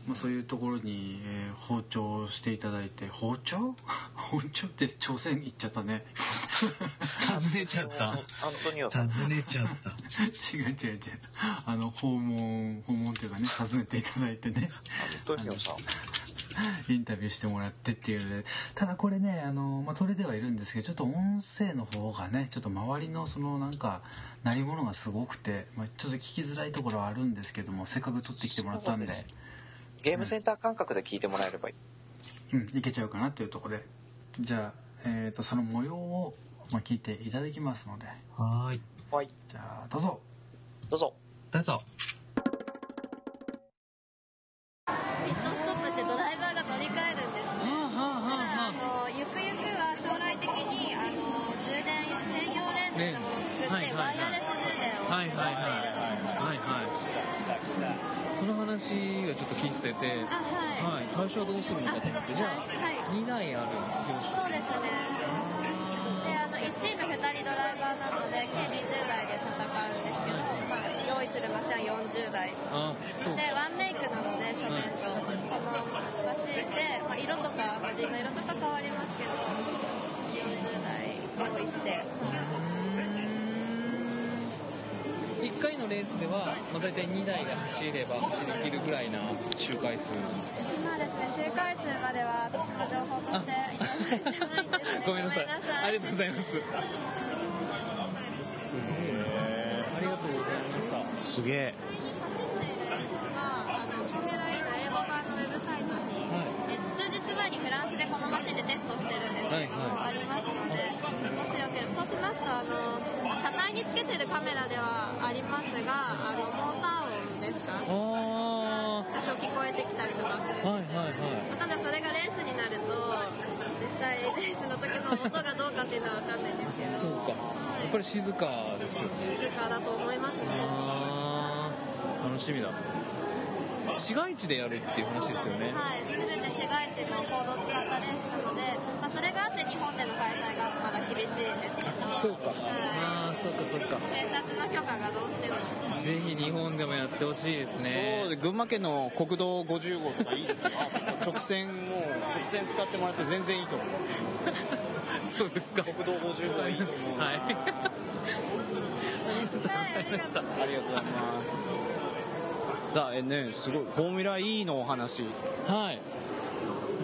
まあ、そういうところに、えー包丁をしていただいて包丁 包丁って朝鮮行っちゃったね尋ねちゃっアたントニオさん尋ねちゃった違う違う違うあの訪問訪問というかね訪ねていただいてねアントニオさんインタビューしてもらってっていうのでただこれねあの、まあ、撮れてはいるんですけどちょっと音声の方がねちょっと周りのそのなんか鳴り物がすごくて、まあ、ちょっと聞きづらいところはあるんですけどもせっかく撮ってきてもらったんでそうゲームセンター感覚で聞いてもらえればいい、うん、いけちゃうかなというところでじゃあ、えー、とその模様を、まあ、聞いていただきますのではーいはいじゃあどうぞどうぞどうぞピットストップしてドライバーが乗り換えるんですねただあのゆくゆくは将来的にあの充電専用レンズとねはかを作って、いはいはいワはいイヤレス充電を目指はいしていると思いはいはます、いその話がちょっと聞いてて、あはいはい、最初はどうするのかと思ってじゃあはい2台あるそうですね。で、あの1チーム2人ドライバーなので、計20台で戦うんですけど、まあ、用意する場所は40台。あそうで、ワンメイクなので、初年度、このマシンで、まあ、色とか、マジンの色とか変わりますけど、40台用意して。 1回のレースでは、まあ、大体2台が走れば走りきるぐらいな周回数なんですかまあですね、周回数までは私も情報としていただいて ないんです ね。ごめんなさいごめんなさあいりがとうございますすごいねありがとうございましたすげえカセットでレースがあのカメラ以内英語版のウェブサイトに、えっと数日前にフランスでこのマシンでテストしてるんですけど、はありますのでもしよければそうしますとあの車体につけてるカメラではありますがあのモーター音ですかあ多少聞こえてきたりとかするんですーよはいはいはいただそれがレースになると実際レースの時の音がどうかっていうのは分かんないんですけどそうかやっぱり静かですよね静かだと思いますねあー楽しみだ市街地でやるっていう話ですよねはい、全て市街地の行動を使ったレースなので、まあ、それがあって日本での開催がまだ厳しいんですけどそうかはいああそうかそうか警察の許可がどうして もぜひ日本でもやってほしいですそうねで群馬県の国道50号とかいいですよ直線もう直線使ってもらって全然いいと思う そうですか国道50号いいと思うはいありがとうございましたありがとうございますさあえねすごいフォーミュラ E のお話、はい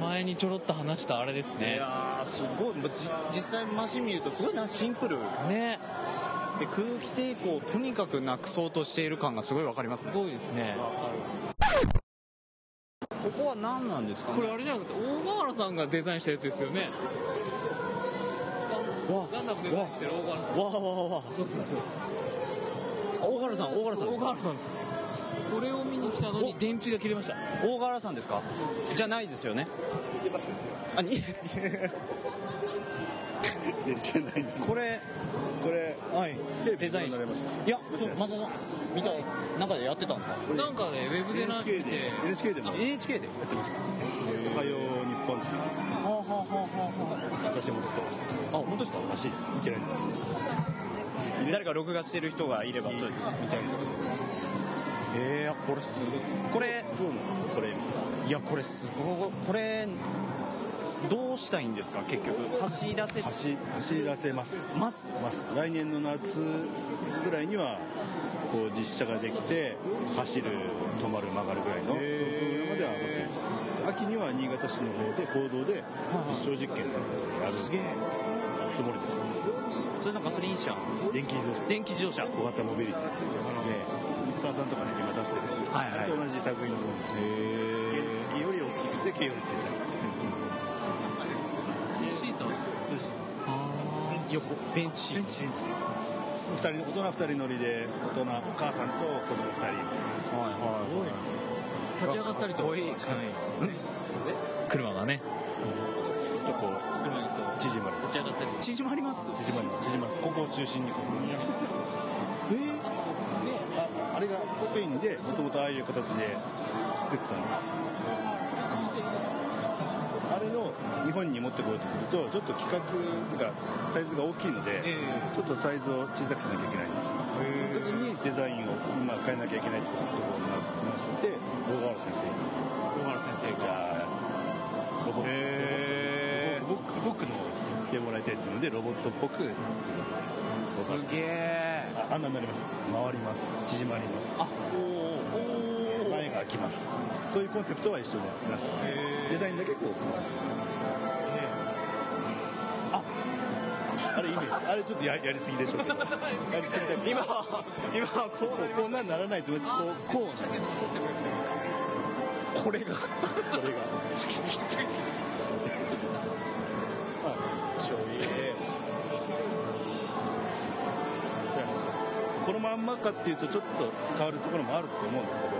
前にちょろっと話したあれですいねやーすごいもうじ実際マシン見るとすごいなシンプルねで空気抵抗をとにかくなくそうとしている感がすごいわかりますねすごいですねここは何なんですかこれあれじゃなくて大河原さんがデザインしたやつですよねわガンダムデザインしてる大河原さんわわわわ大原さん大原さんで大す河か原さんですこれを見に来たのに電池が切れました大原さんですかじゃないですよねあにこれこれはいデザインいやちょっと松田さん見た中でやってたんですかなんかねウェブでなくて NHK でも NHK で「おはよう日本人私も作ってましあ本当ですか」らしいですいけないんですけど誰か録画してる人がいればそれみたいなえー、これすごいこれどうなのこれいやこれすごいこれどうしたいんですか結局走り出せ走走らせますますます来年の夏ぐらいにはこう実写ができて走る止まる曲がるぐらいのそういうのまでは持っています秋には新潟市の方で公道で実証実験をやるすげえつもりです普通のガソリン車電気自動車電気自動車小型モビリティすげえミスターさんとかね今出してるはいはいあれと同じ類のものですね原付より大きくて軽より小さいシート通信横ベンチシート二人の大人二人乗りで大人お母さんと子供二人はいはい立ち上がったりとかかっこいい車がねちょっとこう車にそう縮まる立ち上がったり縮まります縮まります縮まりますここを中心にこうえーああれがスペインでもともとああいう形で作ってたんですあれの日本に持ってこようとするとちょっと規格がサイズが大きいので、ちょっとサイズを小さくしなきゃいけないんですその時にデザインを今変えなきゃいけないっていうところになってまして大河原先生大河原先生じゃあロボット、ロボットっぽくのをしてもらいたいっていうのでロボットっぽくすげえあ穴になります回ります縮まりますあおーおー前が開きますそういうコンセプトは一緒になってますデザインだけこう変わるあれイメージあれちょっとややりすぎでしょうけどやりすぎだけど今今ここうこうなんならないと思いますこうこうこれがうこれがちょいえこのまんまかっていうとちょっと変わるところもあると思うんですけどこ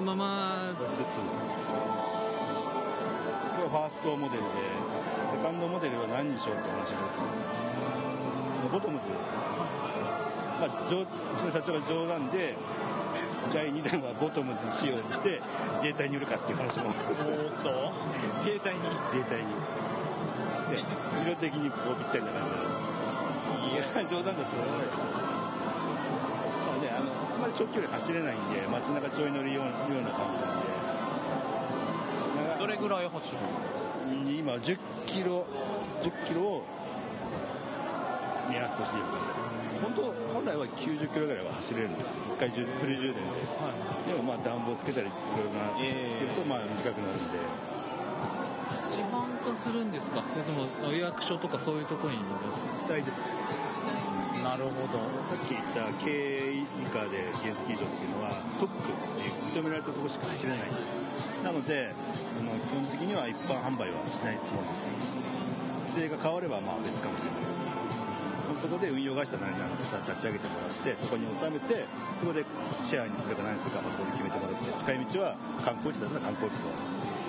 のまま一つこれはファーストモデルでセカンドモデルは何にしようって話になってますボトムズ、まあ、上うちの社長が冗談で第2弾はボトムズ仕様にして自衛隊に売るかっていう話もおっと自衛隊に自衛隊にで色的にこうぴったりな感じでいや冗談だと思わないまあねあのあんまり長距離走れないんで街中ちょい乗りようような感じなんで長どれぐらい走る今10キロ10キロを目安としている本当本来は90キロぐらいは走れるんです1回充フル充電で、でもまあ暖房つけたりいろいろなつけるとまあ短くなるんで、市販化するんですかそれとも予約所とかそういうところに残す自治体ですなるほさっき言った軽以下で原付以上っていうのは特区っていう認められたところしか走れないんですなのであの基本的には一般販売はしないつもりです性が変わればまあ別かもしれないですそこで運用会社何々立ち上げてもらってそこに収めてそこでシェアにするか何するかまあそこで決めてもらって使い道は観光地だったら観光地と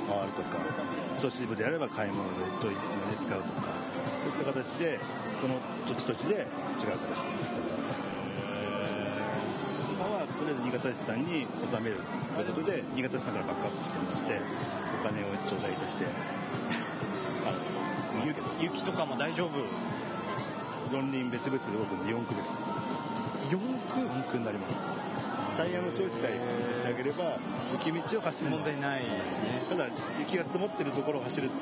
回るとか都市部であれば買い物でとい使うとかそういった形でその土地土地で違う形で作ってもらう今はとりあえず新潟市さんに納めるということで新潟市さんからバックアップしてもらってお金を頂戴いたして ゆ雪とかも大丈夫四輪別々で僕の4区です4区4区になりますタイヤのチョイスさえしてあげれば雪道を走る問題ないですねただ雪が積もってるところを走ると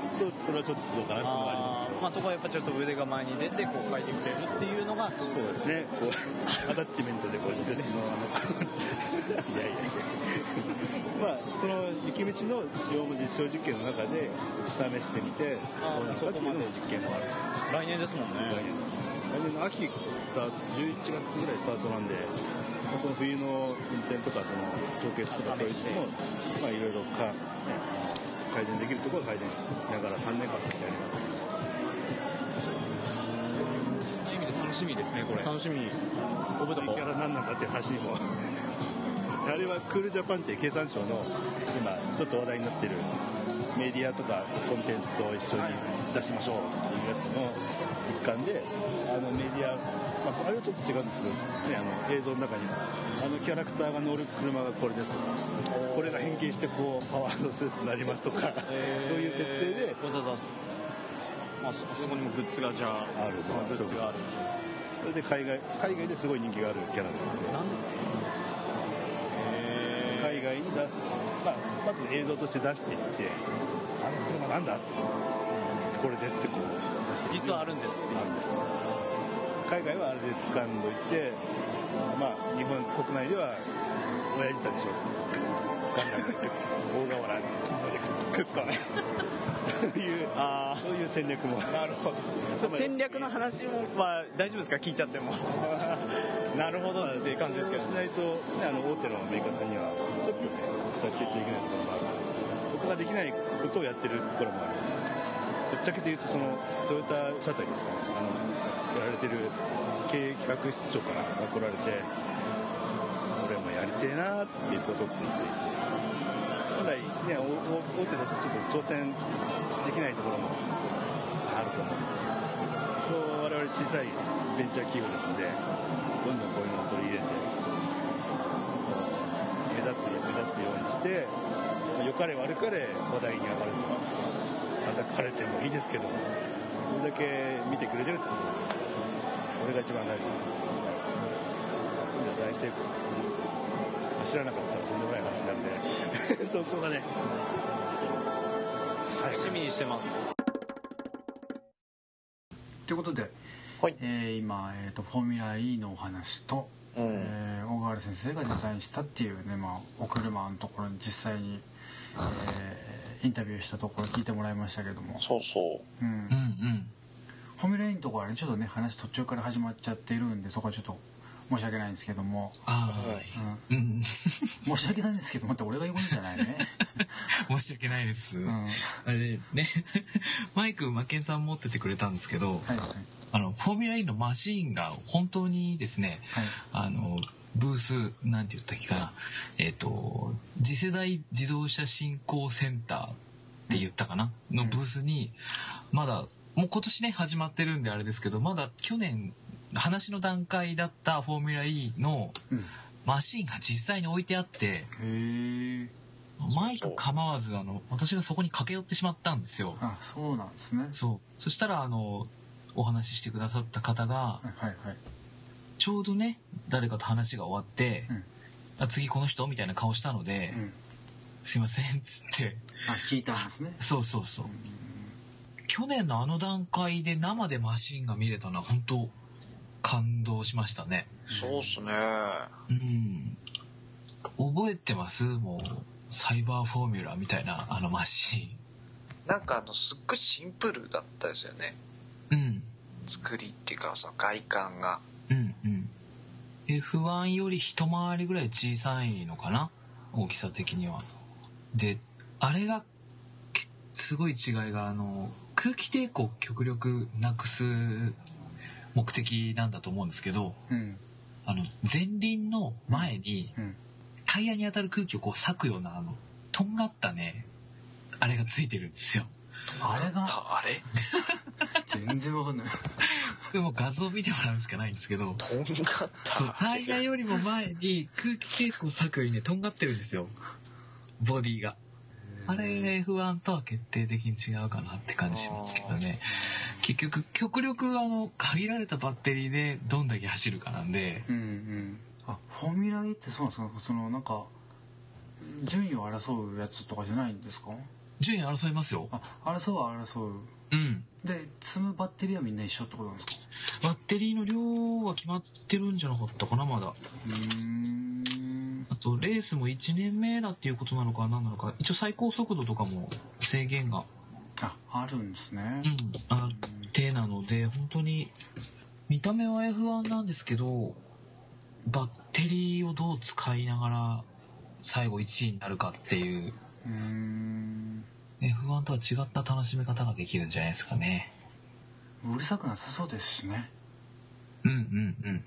それはちょっとどうかなっていうのがありますまあ、そこはやっぱちょっと腕が前に出てこう書いてくれるっていうのがそうですねこうアタッチメントでこう自転車のあのいやいやまあその雪道の使用も実証実験の中で試してみてどうなるかっていうのも実験もある来年ですもんね来年です来年の秋スタート11月ぐらいスタートなんでまあその冬の運転とかその凍結とかそういうのもまあいろいろか、ね、改善できるところは改善しながら3年間かけてやりますので意味で楽しみですねこれ楽しみ覚えたキャラなんなんだって話もあれはクールジャパンって経産省の今ちょっと話題になってるメディアとかコンテンツと一緒に出しましょうっていうやつの一環であのメディア、まあ、あれはちょっと違うんですけど、ね、あの映像の中にあのキャラクターが乗る車がこれですとかこれが変形してこうパワーのスーツになりますとか、そういう設定でわざわざまあ、そそこにもグッズがじゃああるそのグッズがあるそれで海外海外ですごい人気があるキャラですので何ですか海外に出す、まあ、まず映像として出していってあの車なんだこれですってこう出して実はあるんですってあるんです海外はあれで掴んどいてまあ日本国内では親父たちをガンダム大河原にくっつかないというそういう戦略もなるほどそう戦略の話も、まあ、大丈夫ですか聞いちゃっ てもなるほどっていう感じですけどしないと、ね、あの大手のメーカーさんにはちょっとね立ち打ちできないところもある僕ができないことをやってるところもありますぶっちゃけて言うとそのトヨタ車体ですかねあのやられてる経営企画室長から来られて俺もやりてえなーってこそっと言っていて本来ねおお大手だとちょっと挑戦できないところもあると思うので我々小さいベンチャー企業ですのでどんどんこういうのを取り入れて目立つ目立つようにしてまあ良かれ悪かれ話題に上がるとか叩かれてもいいですけどそれだけ見てくれてるってことですそれが一番大事大成功です走らなかったらとんでもない話なんで そこがね楽しみにしてますということで、えー今、えーとフォーミュラ E のお話と、えー小川原先生がデザインしたっていうね、まあ、お車のところに実際に、えーインタビューしたところ聞いてもらいましたけども、そうそううん、フォーミュラ E のところはねちょっとね話途中から始まっちゃっているんでそこはちょっと申し訳ないんですけども、うん申し訳ないんですけどもって俺が言うことじゃないね 申し訳ないです、あれね マイクマケンさん持っててくれたんですけど、あのフォーミュラ E のマシーンが本当にですね、あのブースなんて言ったっけかなえっ、と次世代自動車振興センターって言ったかな、のブースにまだもう今年ね始まってるんであれですけどまだ去年話の段階だったフォーミュラ E のマシンが実際に置いてあって、マイク構わずあの私がそこに駆け寄ってしまったんですよあそうなんですねそうそしたらあのお話ししてくださった方が、ちょうどね誰かと話が終わって、あ次この人みたいな顔したので、すいませんっつってあ聞いたんですねそうそうそう去年のあの段階で生でマシンが見れたのは本当感動しましたねそうっすねうん覚えてますもうサイバーフォーミュラみたいなあのマシなんかあのすっごいシンプルだったですよねンうん作りっていうかその外観がうんうん F1 より一回りぐらい小さいのかな大きさ的にはであれがけすごい違いがあの空気抵抗を極力なくす目的なんだと思うんですけどうんあの前輪の前にタイヤに当たる空気をこう裂くようなあのとんがったねあれがついてるんですよあれがあれ全然わかんないでも画像見てもらうしかないんですけどとんがったそうタイヤよりも前に空気抵抗を裂くようにねとんがってるんですよボディがあれ F1 とは決定的に違うかなって感じしますけどね結局極力あの限られたバッテリーでどんだけ走るかなんでうんうんあフォーミュラ E ってそうなんですかなんかそのなんか順位を争うやつとかじゃないんですか順位争いますよあ争うは争ううんで積むバッテリーはみんな一緒ってことなんですかバッテリーの量は決まってるんじゃなかったかなまだあとレースも1年目だっていうことなのか何なのか一応最高速度とかも制限がああるんですねうんあってなので本当に見た目は F1 なんですけどバッテリーをどう使いながら最後1位になるかっていううーん F1 とは違った楽しみ方ができるんじゃないですかねうるさくなさそうですしねうんうんうん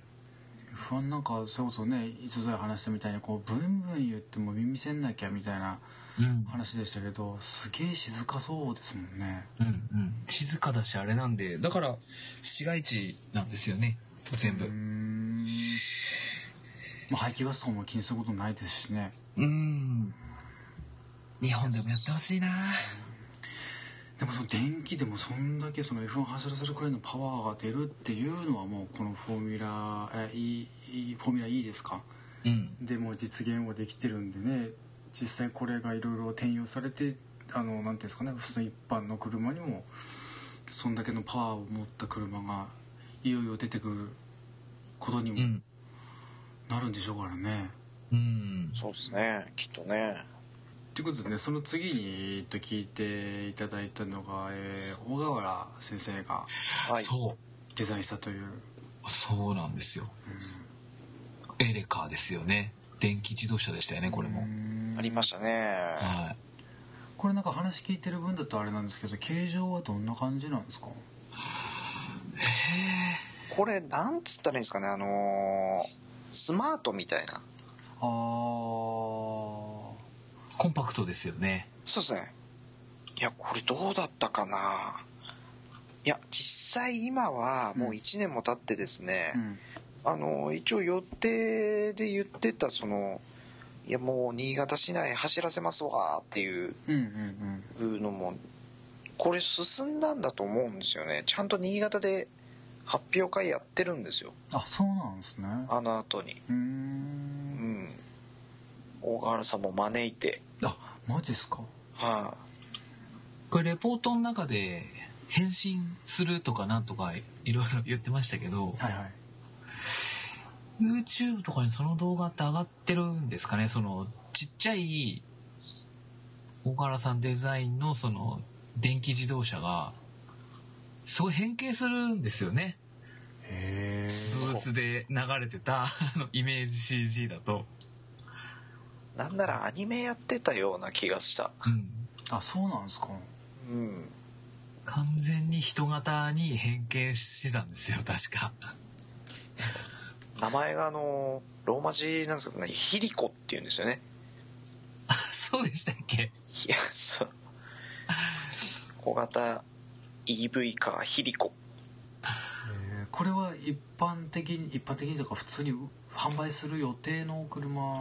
不安なんかそれこそねいつぞや話したみたいにこうブンブン言っても耳栓なきゃみたいなうん話でしたけどすげえ静かそうですもんねうんうん静かだしあれなんでだから市街地なんですよね全部まあ排気ガスとかも気にすることないですしねうん日本でもやってほしいなでもその電気でもそんだけその F1 走らせるくらいのパワーが出るっていうのはもうこのフォーミュラえ E, E フォーミュラ E ですかうんでもう実現はできてるんでね実際これがいろいろ転用されてあのなんていうんですかね普通の一般の車にもそんだけのパワーを持った車がいよいよ出てくることにもなるんでしょうからね。うんそうですねきっとねということでねその次に、えっと、聞いていただいたのが、えー大河原先生が、デザインしたというそうなんですよ、エレカーですよね電気自動車でしたよねこれもありましたねはいこれなんか話聞いてる分だとあれなんですけど形状はどんな感じなんですかこれなんつったらいいんですかねあのースマートみたいなあーコンパクトですよねそうですねいやこれどうだったかないや実際今はもう1年も経ってですね、あの一応予定で言ってたそのいやもう新潟市内走らせますわっていううんうんうんのもこれ進んだんだと思うんですよねちゃんと新潟で発表会やってるんですよあそうなんですねあの後にううん大河原さんも招いてあマジっすかはこれレポートの中で返信するとかなんとかいろいろ言ってましたけど、YouTube とかにその動画って上がってるんですかねそのちっちゃい大原さんデザインのその電気自動車がすごい変形するんですよねへブースで流れてたあのイメージ CG だといなんならアニメやってたような気がしたあそうなんですかうん完全に人型に変形してたんですよ確か 名前があのローマ字なんですけどねヒリコっていうんですよねそうでしたっけいやそう小型 EV カーヒリコえーこれは一般的に一般的にというか普通に販売する予定の車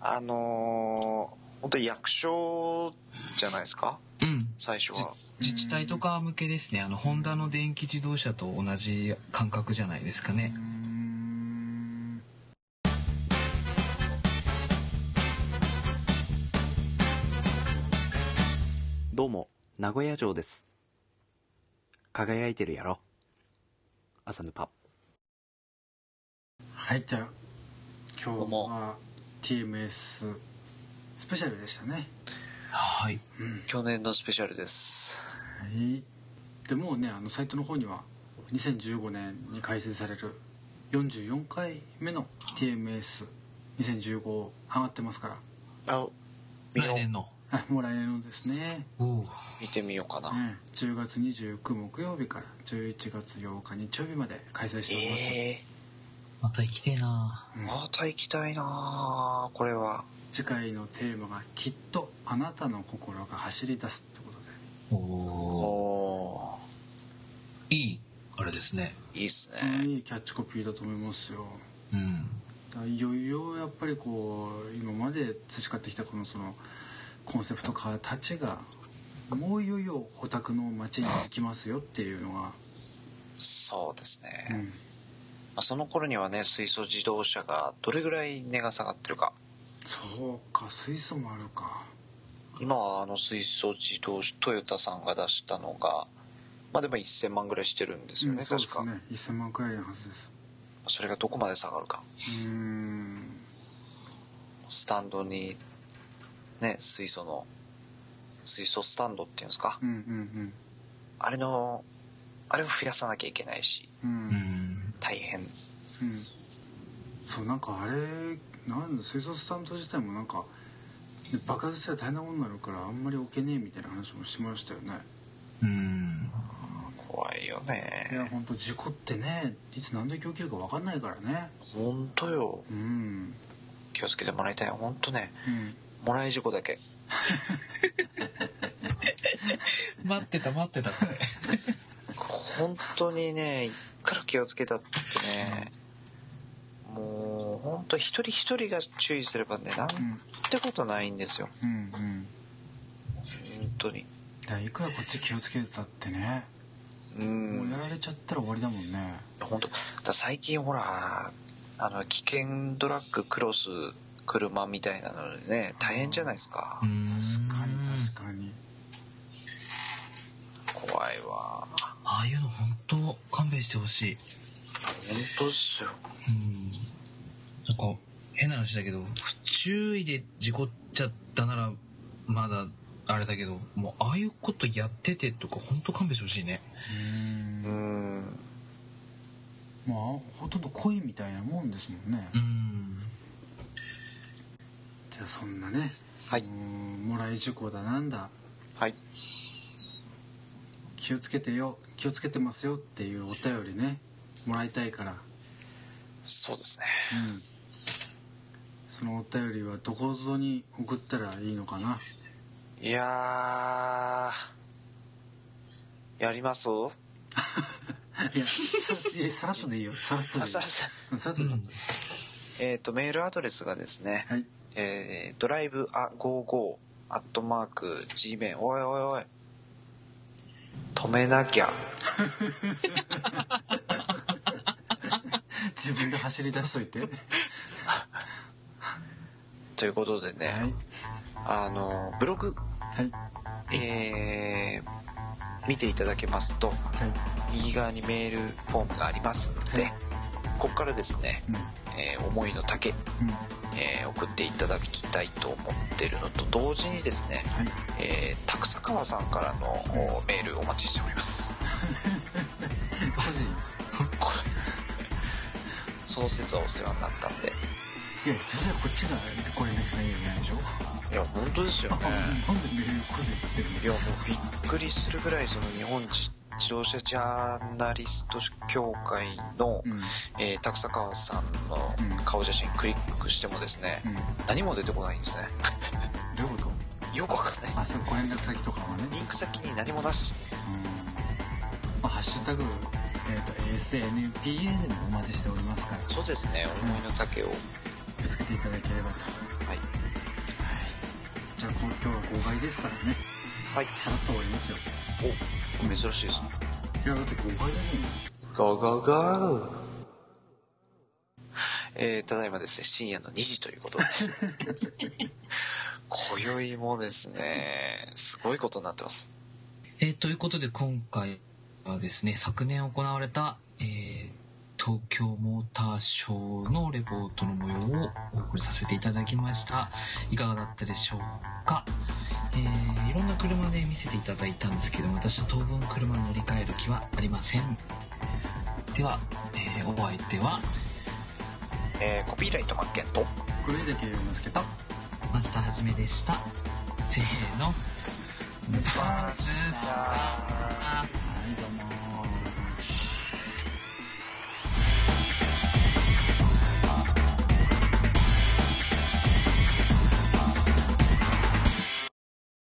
あのー、本当に役所じゃないですかうん最初は自治体とか向けですねあのホンダの電気自動車と同じ感覚じゃないですかねどうも、名古屋城です。輝いてるやろ。朝ぬぱ。はいじゃあ今日は TMS スペシャルでしたねはい、去年のスペシャルですはいでもうねあのサイトの方には2015年に開催される44回目の TMS2015 上がってますからあ来年のあもう来年のですね見てみようかな、うん10月29木曜日から11月8日日曜日まで開催しております、また行きてえなまた行きたいなこれは次回のテーマが「きっとあなたの心が走り出す」ってことでおおいいあれですねいいっすねいいキャッチコピーだと思いますようんだからいよいよやっぱりこう今まで培ってきたこのそのコンセプトカーたちがもういよいよオタクの街に行きますよっていうのがそうですね、まあその頃にはね水素自動車がどれぐらい値が下がってるかそうか水素もあるか今はあの水素自動車トヨタさんが出したのがまあでも1000万ぐらいしてるんですよね、うんそうで確すかね1000万くらいのはずですそれがどこまで下がるかうーんスタンドにね水素の水素スタンドっていうんですかうんうんあれのあれを増やさなきゃいけないしうんうん大変うんそうなんかあれなんだ水素スタンド自体もなんかね爆発したら大変なもんになるからあんまり置けねえみたいな話もしてましたよねうん怖いよねいや本当事故ってねいつ何で起きるか分かんないからね本当ようん気をつけてもらいたい本当ねうんもらい事故だけ待ってた待ってたそ れ本当にねいくら気をつけたってねもう本当一人一人が注意すればねなんてことないんですようんうん本当にいやいくらこっち気をつけてたってねうんもうやられちゃったら終わりだもんね本当だから最近ほらあの危険ドラッグクロス車みたいなのでね大変じゃないですか確かに確かに怖いわああいうの本当勘弁してほしい本当っすようんなんか変な話だけど不注意で事故っちゃったならまだあれだけどもうああいうことやっててとか本当勘弁してほしいねうんまあほとんど恋みたいなもんですもんねじゃあそんなねはいもらい事故だなんだはい気をつけてよ気をつけてますよっていうお便りねもらいたいからそうですねうんそのお便りはどこぞに送ったらいいのかないやーやりますいやさいやさらっとでいいよさらっとでいいようんさらっとでいいえっ、とメールアドレスがですね、はい、えー、ドライブあ55アットマーク Gmail おいおいおい止めなきゃ自分で走り出しといてということでね、あのブログ、えー見ていただけますと、右側にメールフォームがありますので、ここからですね、えー思いの丈、えー送っていただきたいと思ってるのと同時にですね、えー、拓坂川さんからのおメールお待ちしております個人その説はお世話になったんでいやそれじゃこっちがこれなきゃいけないでしょいや本当ですよねなんでメール個人つってるのいやもうびっくりするぐらいその日本自自動車ジャーナリスト協会の、えー、拓坂川さんの顔写真クリックしてもですね、何も出てこないんですねどういうことよくわかんないあそうご連絡先とかはねリンク先に何もなしまあハッシュタグ、えー、と ASNPA でもお待ちしておりますからそうですね思いの丈をぶつけていただければとはいじゃあこ今日は号外ですからねはいさらっと終わりますよお珍しいですねいやだって号外だもんゴーゴーゴーえーただいまですね深夜の2時ということ で今宵もですねすごいことになってますえーということで今回はですね昨年行われた、えー東京モーターショーのレポートの模様をお送りさせていただきましたいかがだったでしょうか、えーいろんな車で見せていただいたんですけど私は当分車に乗り換える気はありませんでは、えーお相手はえーコピーライトマッケンとグレーだけを見つけた松田はじめでしたせーのバズスターはいどうも